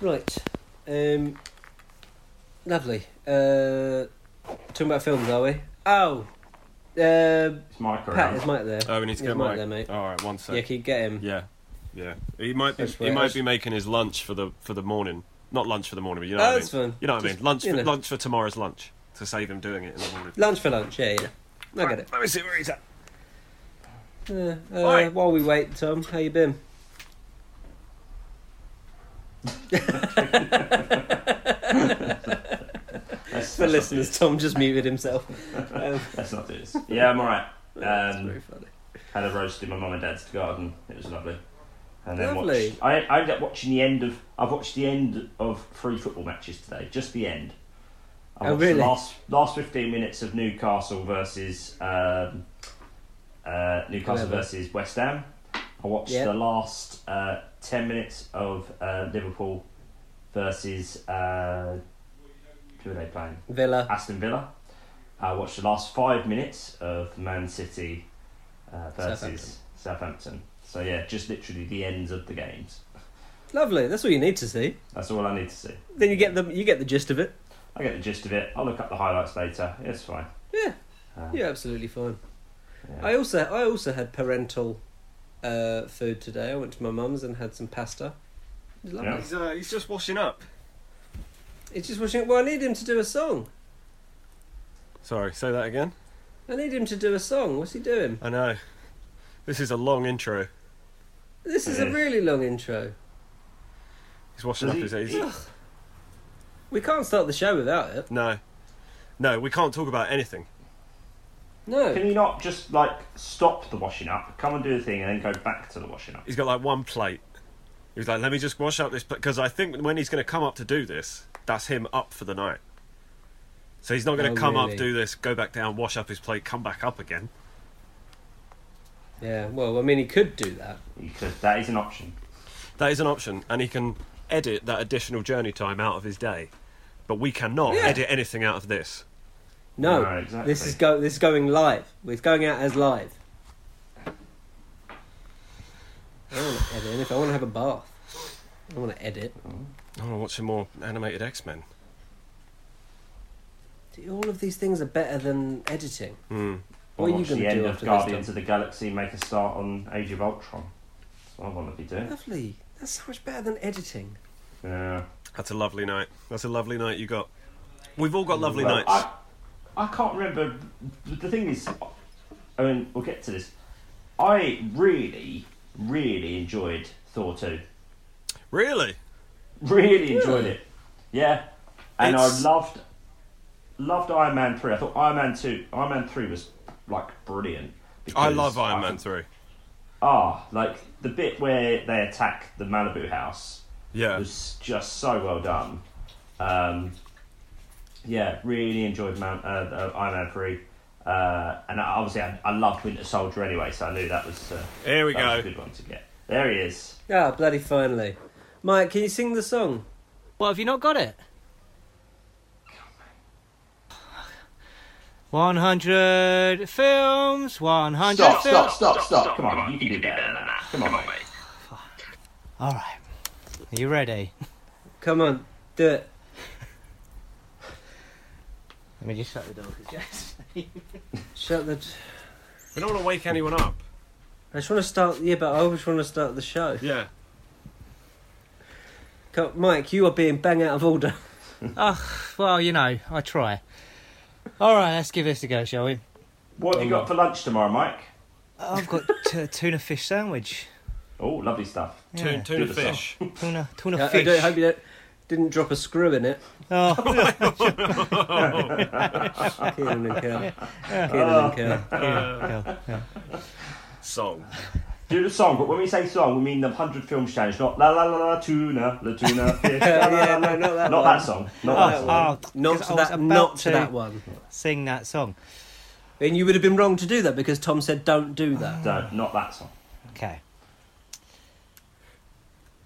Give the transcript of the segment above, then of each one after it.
Right. Um, lovely. Uh, talking about films, are we? Oh. Um It's Mike Pat, around. is Mike there? Oh, we need to Is get Mike Mike. there, mate. All right, one yeah, sec. can you get him? Yeah, yeah. He might be, That's he right. might be making his lunch for the for the morning. Not lunch for the morning, but you know Oh, what I mean. that's fine. You know what I Just, mean. Lunch you for, know. lunch for tomorrow's lunch to save him doing it in the morning. Lunch for lunch, yeah, yeah. I get it. Let me see where he's at. Uh, uh, Right. While we wait, Tom, how you been? That's, For that's listeners, Tom just muted himself. Um, Not that's not this. Yeah, I'm alright. that's Um, very funny. Had a roast in my mum and dad's garden. It was lovely. And then Lovely. watched. I, I ended up watching the end of. I've watched the end of three football matches today. Just the end. I Oh, watched the really? last last fifteen minutes of Newcastle versus um, uh, Newcastle Whoever. versus West Ham. I watched Yeah. the last uh, ten minutes of uh, Liverpool versus uh, who are they playing? Villa. Aston Villa. I watched the last five minutes of Man City uh, versus Southampton. So yeah, just literally the ends of the games. Lovely. That's all you need to see. That's all I need to see. Then you get the you get the gist of it. I get the gist of it. I'll look up the highlights later. It's fine. Yeah. Uh, You're absolutely fine. yeah. I also I also had parental uh, food today. I went to my mum's and had some pasta. It was lovely. Yeah. He's, uh, he's just washing up. It's just watching. Well, I need him to do a song. Sorry, say that again. I need him to do a song. What's he doing? I know. This is a long intro. This is Yeah. a really long intro. He's washing Does up he- his. He's, Ugh. We can't start the show without it. no, no, we can't talk about anything. No. Can you not just like stop the washing up, come and do the thing, and then go back to the washing up? He's got like one plate. He was like, "Let me just wash up this," because I think when he's going to come up to do this, that's him up for the night. So he's not going Oh, to come really? up, do this, go back down, wash up his plate, come back up again. Yeah. Well, I mean, he could do that. Because that is an option. That is an option, and he can edit that additional journey time out of his day. But we cannot Yeah. edit anything out of this. No. No, exactly. This is go. This is going live. It's going out as live. I want to edit. If I want to have a bath, I want to edit. I want to watch some more animated X Men. See, All of these things are better than editing. Hmm. What Or are you watch going the to end do of after Guardians this? of the Galaxy make a start on Age of Ultron? That's what I want to be Tom? doing. Lovely. That's so much better than editing. Yeah. That's a lovely night. That's a lovely night you got. We've all got lovely Well, nights. I, I can't remember. The thing is, I mean, we'll get to this. I really, really enjoyed Thor 2. Really? Really enjoyed it. Yeah. And It's- I loved loved Iron Man 3. I thought Iron Man 2, Iron Man 3 was like brilliant. I because love Iron I Man think- 3. Ah, like the bit where they attack the Malibu house Yeah. was just so well done. Um, yeah, really enjoyed Man, uh, uh, Iron Man 3. Uh, and I- obviously, I, I loved Winter Soldier anyway, so I knew that was, uh, Here we that was a go. good one to get. There he is. Ah, bloody finally. Mike, can you sing the song? Well, have you not got it? 100 films, 100 Stop, stop, films. stop, stop. Come on, you can do better than that. Come on, mate. All right. Are you ready? Come on, do it. Let me just shut the door for just. Shut the. We don't want to wake anyone up. I just want to start. Yeah, but I always want to start the show. Yeah. Come, Mike, you are being bang out of order. oh, well, you know, I try. All right, let's give this a go, shall we? What have you got for lunch tomorrow, Mike? I've got t- tuna fish sandwich. Oh, lovely stuff. Yeah. Tuna, tuna Good as fish. Tuna, tuna Uh, I, I fish. don't, hope you don't, didn't drop a screw in it. Oh, Kieran and Kel. yeah. Kieran and Kel. yeah, yeah. Song. Do the song, but when we say song, we mean the 100 Films Challenge, not la la la la tuna, la tuna fish. la, la, Yeah, la, no, la. not that one. Not that song. Not that song. Oh, oh, Not 'cause to I was that, about not to that one. Sing that song. And you would have been wrong to do that because Tom said don't do that. No, not that song. Okay.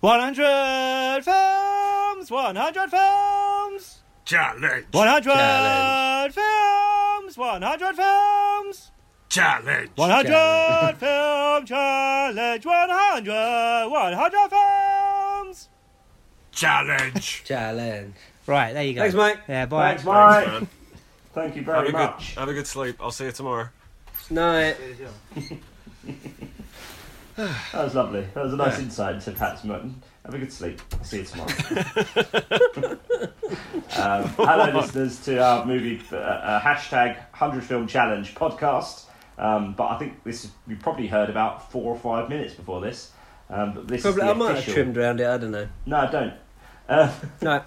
100 films! 100 films! Challenge. 100 Challenge. films! 100 films! Challenge. 100 film challenge! 100! 100 films! Challenge. Challenge. Right, there you go. Oh, Thanks, Mike. Yeah, bye. Thanks, Mike. Thanks, man. Thank you Have very a good, much. have a good sleep. I'll see you tomorrow. Night. That was lovely. That was a nice insight into Pat's Mutton. Have a good sleep. See you tomorrow. um, hello, listeners, to our movie uh, uh, hashtag 100 Film Challenge podcast. Um, but I think this is, you probably heard about four or five minutes before this. Um, but this Probably, is the I might have official- trimmed around it. I don't know. No, don't. Uh, No.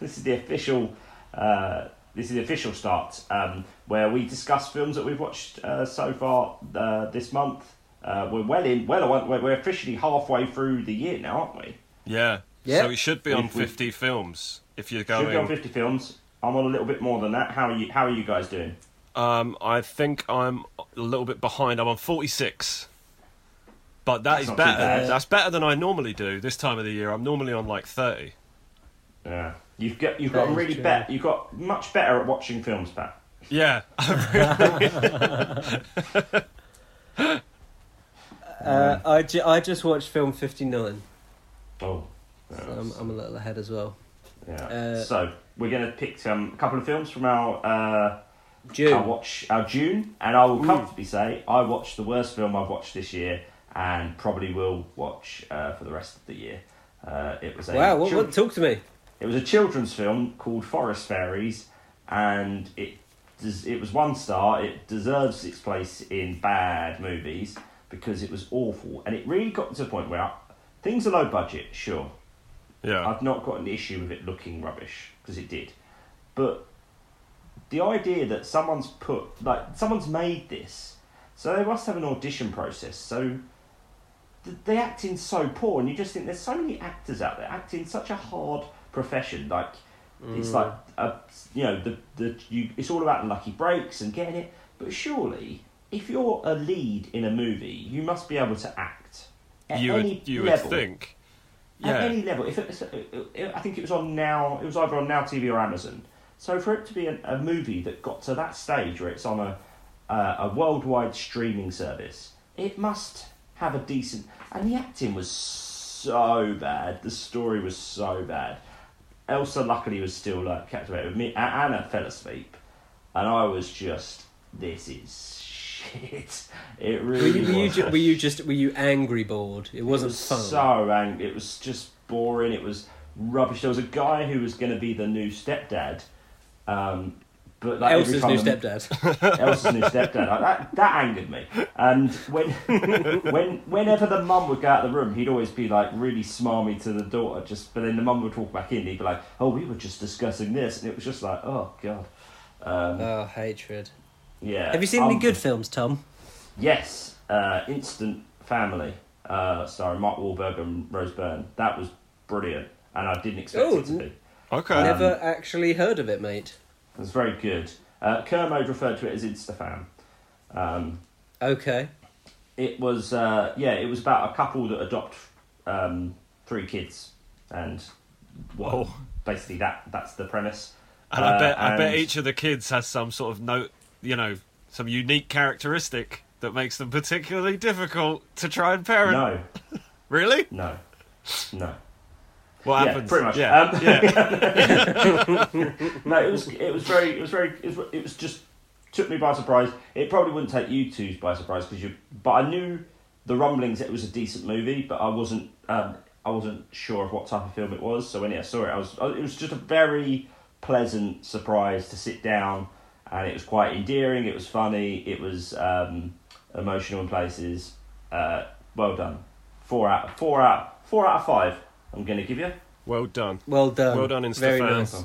this is the official. Uh, this is the official start um, where we discuss films that we've watched uh, so far uh, this month. Uh, we're well in, well, awa- we're we're officially halfway through the year now, aren't we? Yeah. Yeah. So it should be on If we- 50 films if you're Should be on going. fifty films. I'm on a little bit more than that. How are you? How are you guys doing? Um, I think I'm a little bit behind. I'm on 46. But that That's is not too better. bad. That's better than I normally do this time of the year. I'm normally on like 30. Yeah, Uh, you've got you've That got is really true. bet. You've got much better at watching films, Pat. Yeah. Uh, I, ju- I just watched film 59. Oh, So I'm, I'm a little ahead as well. yeah. uh, so we're gonna pick um, a couple of films from our. Uh, I June. Mm. watch our June, and I will comfortably say I watched the worst film I've watched this year, and probably will watch uh, for the rest of the year. Uh, it was a Wow, what, chil- what, talk to me. it was a children's film called Forest Fairies, and it des- it was one star. It deserves its place in bad movies because it was awful, and it really got to the point where things are low budget, sure, yeah. I've not got an issue with it looking rubbish because it did, but the idea that someone's put like someone's made this, so they must have an audition process. So th- they act in so poor, and you just think there's so many actors out there acting such a hard profession. Like it's like Mm. a, you know the the you, it's all about lucky breaks and getting it. But surely, if you're a lead in a movie, you must be able to act. At you any would, you would level. think. At Yeah. any level, if it, I think it was on now, it was either on Now TV or Amazon. So for it to be a, a movie that got to that stage where it's on a uh, a worldwide streaming service, it must have a decent. And the acting was so bad. The story was so bad. Elsa luckily was still like captivated. Me, A- Anna fell asleep, and I was just this is shit. It Were really you, were, you was ju- a were you just were you angry bored? It it wasn't was fun. so angry. It was just boring. It was rubbish. There was a guy who was going to be the new stepdad, um, but like every Elsa's time new the- stepdad. Elsa's new stepdad. Like, that that angered me. And when when whenever the mum would go out of the room, he'd always be like really smarmy to the daughter. Just but then the mum would walk back in. He'd be like, "Oh, we were just discussing this," and it was just like, "Oh God." Um, oh, hatred. yeah. Have you seen any Um, good films, Tom? Yes, uh, Instant Family, uh, starring Mark Wahlberg and Rose Byrne. That was brilliant, and I didn't expect Oh, it to n- be. It um, Okay. Never actually heard of it, mate. was very good. Uh, Kermode referred to it as Instafam. Um, Okay. it was, uh, yeah, it was about a couple that adopt um, three kids, and well, Whoa. basically that that's the premise. Oh. And Uh, I bet I bet and- each of the kids has some sort of note, you know, some unique characteristic that makes them particularly difficult to try and parent. No, Really? no, no. What Yeah, happens? pretty much. Yeah. Um, yeah. No, it was it was very it was very it was, it was just took me by surprise. It probably wouldn't take you two by surprise because you. But I knew the rumblings that it was a decent movie, but I wasn't um, I wasn't sure of what type of film it was. So when I saw it, I was it was just a very pleasant surprise to sit down, and it was quite endearing. It was funny. It was um, emotional in places. Uh, well done. Four out four out four out of five. I'm gonna give you. Well done. Well done. Well done, Very Instafam. nice.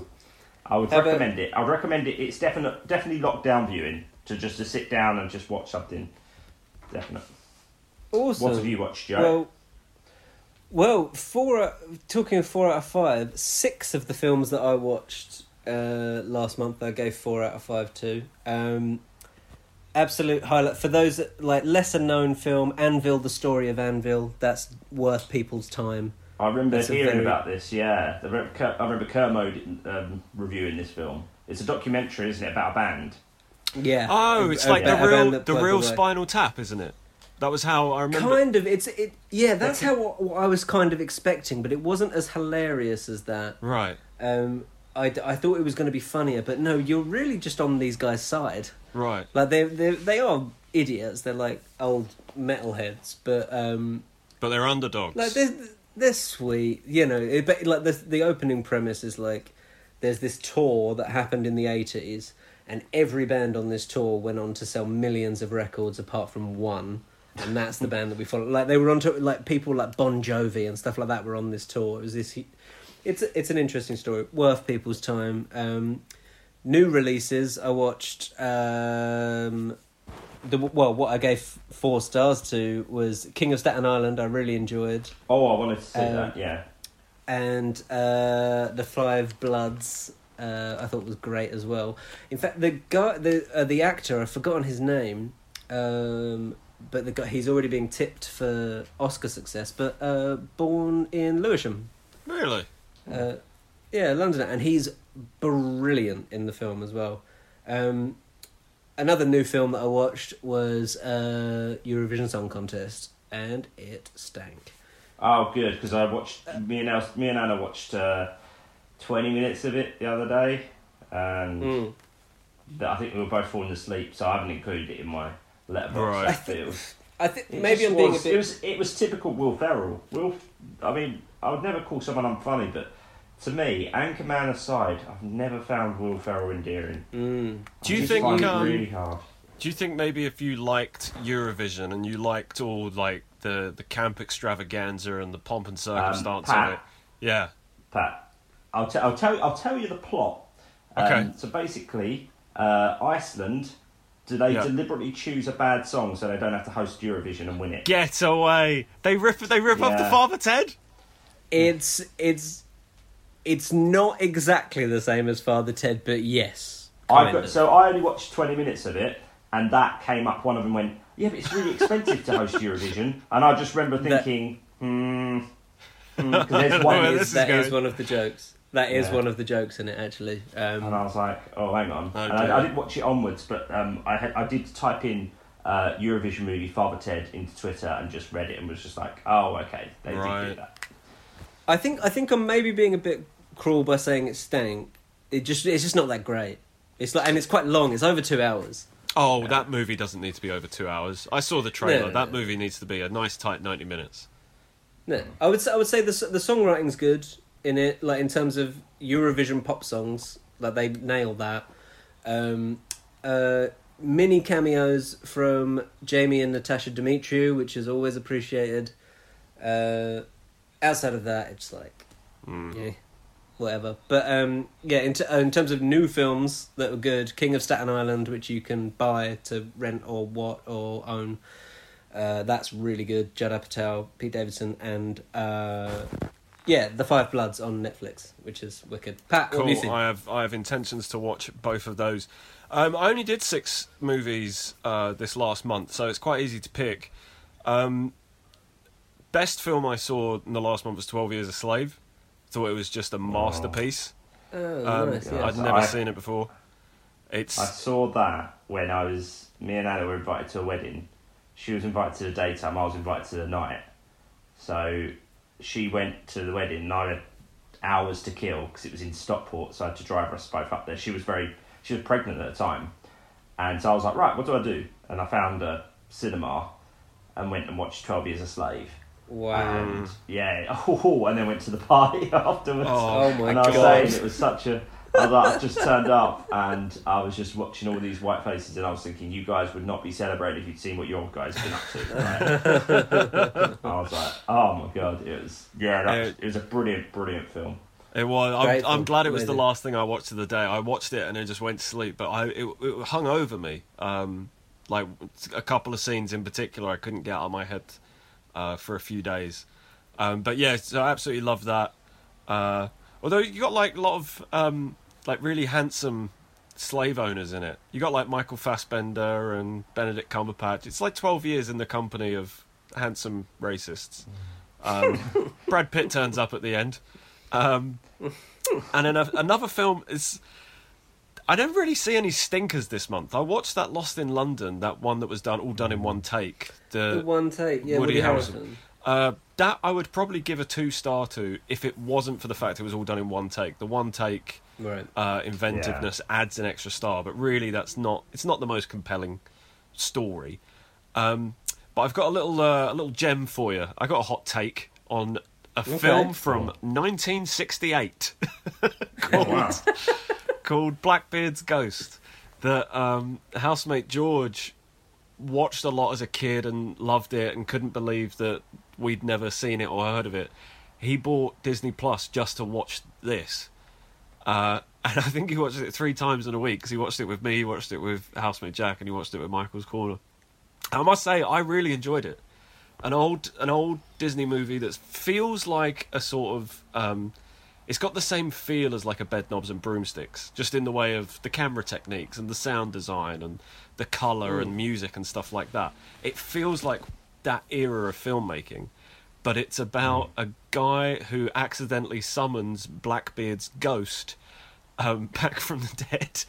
I would How about- recommend it. I would recommend it. It's definite, definitely lockdown viewing to just to sit down and just watch something. Definite. Awesome. what have you watched, Joe? Well, well, four. out- Talking of four out of five, six of the films that I watched uh, last month, I gave four out of five to. Um, absolute highlight for those that- like lesser known film Anvil: The Story of Anvil. That's worth people's time. I remember That's a hearing very- about this. Yeah, I remember Ker- I remember Kermode um, reviewing this film. It's a documentary, isn't it, about a band? Yeah. Oh, it's like A- a the band real that the broke real away. Spinal Tap, isn't it? That was how I remember. Kind of. It's it. Yeah, that's how what, what I was kind of expecting, but it wasn't as hilarious as that. Right, Um, I, d- I thought it was going to be funnier, but no, you're really just on these guys' side. right. Like they they they are idiots. They're like old metalheads, but um, But they're underdogs. like they're they're sweet. You know, it, but like the the opening premise is like there's this tour that happened in the eighties, and every band on this tour went on to sell millions of records, apart from one. And that's the band that we follow. Like they were on to like people like Bon Jovi and stuff like that were on this tour. It was this. hu- It's it's an interesting story, worth people's time. Um, new releases i watched um the well what i gave four stars to was king of staten island i really enjoyed Oh, I wanted to see Um, that. Yeah, and uh the five bloods uh i thought was great as well in fact the guy the uh, the actor i've forgotten his name um but the guy he's already being tipped for oscar success but uh born in lewisham really? uh, yeah, Londoner, and he's brilliant in the film as well. Um, another new film that I watched was uh, Eurovision Song Contest, and it stank. Oh, good because I watched uh, me and Al, me and Anna watched uh, twenty minutes of it the other day, and Hmm. that I think we were both falling asleep, so I haven't included it in my letterbox. Right. I feel. I think It maybe just I'm being was, a bit. It was it was typical Will Ferrell. Will, I mean, I would never call someone unfunny, but to me, Anchorman aside, I've never found Will Ferrell endearing. Mm. Do you I just think, find it um, really hard? Do you think maybe if you liked Eurovision and you liked all like the the camp extravaganza and the pomp and circumstance Um, Pat. of it? Yeah. Pat, I'll, t- I'll tell I'll tell you the plot. Um, Okay. so basically, uh, Iceland, do they Yeah. deliberately choose a bad song so they don't have to host Eurovision and win it? Get away! They rip they rip off the Yeah. Father Ted. It's it's it's not exactly the same as Father Ted, but yes, I've kind got, of. so I only watched twenty minutes of it, and that came up. One of them went, "Yeah, but it's really expensive to host Eurovision," and I just remember That- thinking, "Hmm." hmm, 'cause there's Well, one, That this is- is that is going- one of the jokes. That is Yeah. one of the jokes in it, actually. Um, and I was like, "Oh, hang on." And Okay. I, I didn't watch it onwards, but um, I had, I did type in uh, Eurovision movie Father Ted into Twitter and just read it and was just like, "Oh, okay, they did do Right. that." I think I think I'm maybe being a bit cruel by saying it stank. It just it's just not that great. It's like and it's quite long. It's over two hours. Oh, that movie doesn't need to be over two hours. I saw the trailer. no, that no. movie needs to be a nice tight ninety minutes. No, I would say, I would say the s- the songwriting's good in it. Like in terms of Eurovision pop songs, like they nail that. Um, uh, mini cameos from Jamie and Natasha Dimitriou, which is always appreciated. Uh, outside of that, it's like Mm. yeah, whatever. But um, yeah, in, t- uh, in terms of new films that were good, King of Staten Island, which you can buy to rent or what or own. Uh, that's really good. Judd Apatow, Pete Davidson, and uh, yeah, The Five Bloods on Netflix, which is wicked. Pat, what have you Cool. seen? I have I have intentions to watch both of those. Um, I only did six movies uh, this last month, so it's quite easy to pick. Um, best film I saw in the last month was Twelve Years a Slave. Thought it was just a masterpiece. Oh, Um, nice. yeah. I'd So never I- seen it before. It's I saw that when I was me and Anna were invited to a wedding. She was invited to the daytime. I was invited to the night. So she went to the wedding, and I had hours to kill because it was in Stockport. So I had to drive us both up there. She was very she was pregnant at the time, and so I was like, right, what do I do? And I found a cinema and went and watched Twelve Years a Slave. Wow. And yeah, oh, and then went to the party afterwards. Oh, Oh my and I was God. saying it was such a. I was like, I just turned up and I was just watching all these white faces, and I was thinking, you guys would not be celebrating if you'd seen what your guys been up to. Right? I was like, oh my god, it was yeah, that, Uh, it was a brilliant, brilliant film. It was. I'm, Grateful. I'm glad it was the Amazing. last thing I watched of the day. I watched it and then just went to sleep. But I, it, it hung over me. Um, like a couple of scenes in particular, I couldn't get out of my head uh, for a few days. Um, but yeah, so I absolutely love that. Uh, although you got like a lot of um, like really handsome slave owners in it. You got like Michael Fassbender and Benedict Cumberbatch. It's like 12 years in the company of handsome racists. Um, Brad Pitt turns up at the end. Um, and then a- another film is. I don't really see any stinkers this month. I watched that Lost in London, that one that was done all done in one take. The, The one take, yeah, Uh, Woody Woody, Harrelson. Harrelson. Uh, that I would probably give a two star to if it wasn't for the fact it was all done in one take. The one take Right. uh, inventiveness adds an extra star, but really that's not it's not the most compelling story. Um, but I've got a little uh, a little gem for you. I got a hot take on a film from 1968 Oh, wow. called Blackbeard's Ghost that um, housemate George watched a lot as a kid and loved it and couldn't believe that we'd never seen it or heard of it. He bought Disney Plus just to watch this. Uh, and I think he watched it three times in a week because he watched it with me, he watched it with housemate Jack, and he watched it with Michael's Corner. I must say, I really enjoyed it. An old, an old Disney movie that feels like a sort of, um, it's got the same feel as like a Bedknobs and Broomsticks, just in the way of the camera techniques and the sound design and the color and music and stuff like that. It feels like that era of filmmaking, but it's about a guy who accidentally summons Blackbeard's ghost um, back from the dead.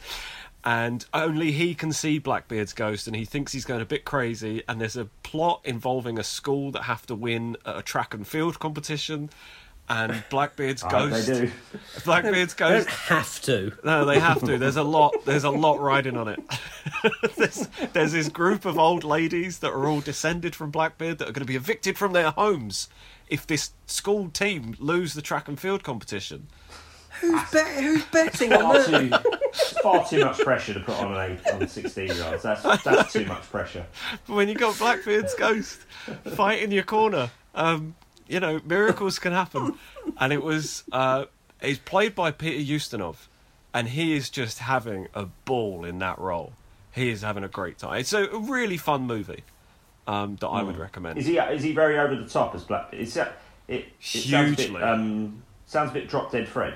And only he can see Blackbeard's ghost, and he thinks he's going a bit crazy. And there's a plot involving a school that have to win a track and field competition, and Blackbeard's Ah, ghost. They do. Blackbeard's I don't ghost. have to. No, they have to. There's a lot. There's a lot riding on it. there's, there's this group of old ladies that are all descended from Blackbeard that are going to be evicted from their homes if this school team lose the track and field competition. Who's, bet who's betting on Far that? too, far too much pressure to put on an eight on sixteen year olds. That's that's too much pressure. when you got Blackbeard's ghost fight in your corner, um, you know miracles can happen. And it was uh, he's played by Peter Ustinov, and he is just having a ball in that role. He is having a great time. It's a really fun movie um, that I would recommend. Is he is he very over the top as Black? Is that it? it sounds a bit, Hugely. um, sounds a bit drop dead Fred.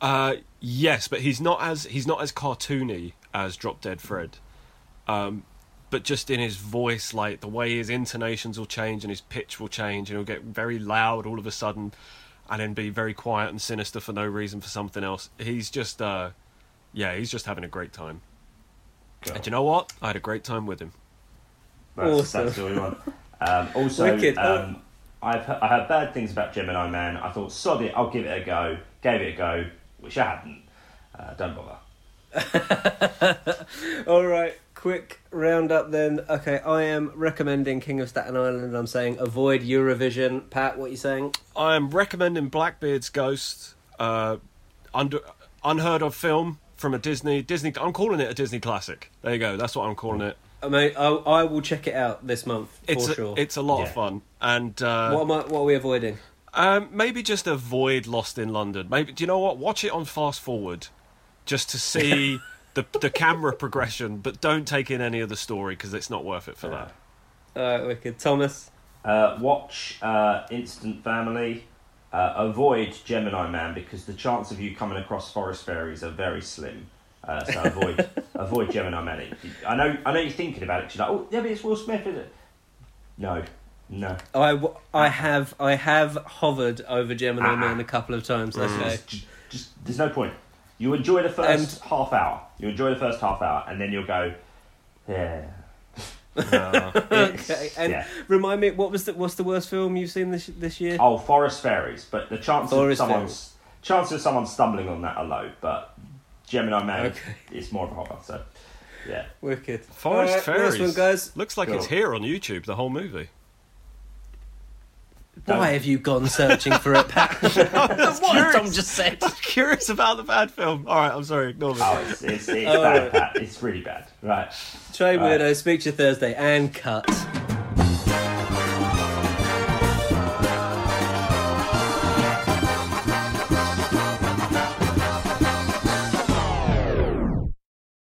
Uh, yes, but he's not as he's not as cartoony as Drop Dead Fred. Um, but just in his voice, like the way his intonations will change and his pitch will change, and he'll get very loud all of a sudden, and then be very quiet and sinister for no reason for something else. He's just, uh, yeah, he's just having a great time. And you know what? I had a great time with him. That's, Awesome. that's all we want. Um, also, Wicked. um, I've he- I heard bad things about Gemini Man. I thought, sod it, I'll give it a go. Gave it a go. Wish I hadn't. Uh, don't bother. All right, quick roundup then. Okay, I am recommending King of Staten Island. I'm saying avoid Eurovision. Pat, what are you saying? I am recommending Blackbeard's Ghost, uh, under unheard of film from a Disney Disney. I'm calling it a Disney classic. There you go. That's what I'm calling it. I mean, I, I will check it out this month for It's a, sure. it's a lot Yeah. of fun, and uh, what am I, What are we avoiding? um, maybe just avoid Lost in London. Maybe do you know what? Watch it on fast forward, just to see the the camera progression, but don't take in any of the story because it's not worth it for that. All right, wicked. Thomas. Uh, watch uh, Instant Family. Uh, avoid Gemini Man because the chance of you coming across forest fairies are very slim. Uh, so avoid avoid Gemini Man. It- I know I know you're thinking about it. 'cause You're like, oh, yeah, but it's Will Smith, is it? No, no. I, w- I have I have hovered over Gemini Ah. Man a couple of times. Ah. Okay. Just, just- there's no point. You enjoy the first half hour. You enjoy the first half hour, and then you'll go, yeah. Mm. It's- Okay. And yeah. remind me, what was the what's the worst film you've seen this this year? Oh, forest fairies, but the chance of Forest someone's chance of someone stumbling on that are low. But Gemini Man, Okay. it's more of a horror. So, yeah. Wicked. Forest All right, Fairies Nice one, guys. looks like it's Cool. here on YouTube. The whole movie. Don't- Why have you gone searching for it, Pat? That's what Tom just said. Curious about the bad film. All right, I'm sorry. Ignore me. Oh, it's it's, it's Oh. bad, Pat. It's really bad. Right. Trade All right. Weirdo, speak to you Thursday, and cut.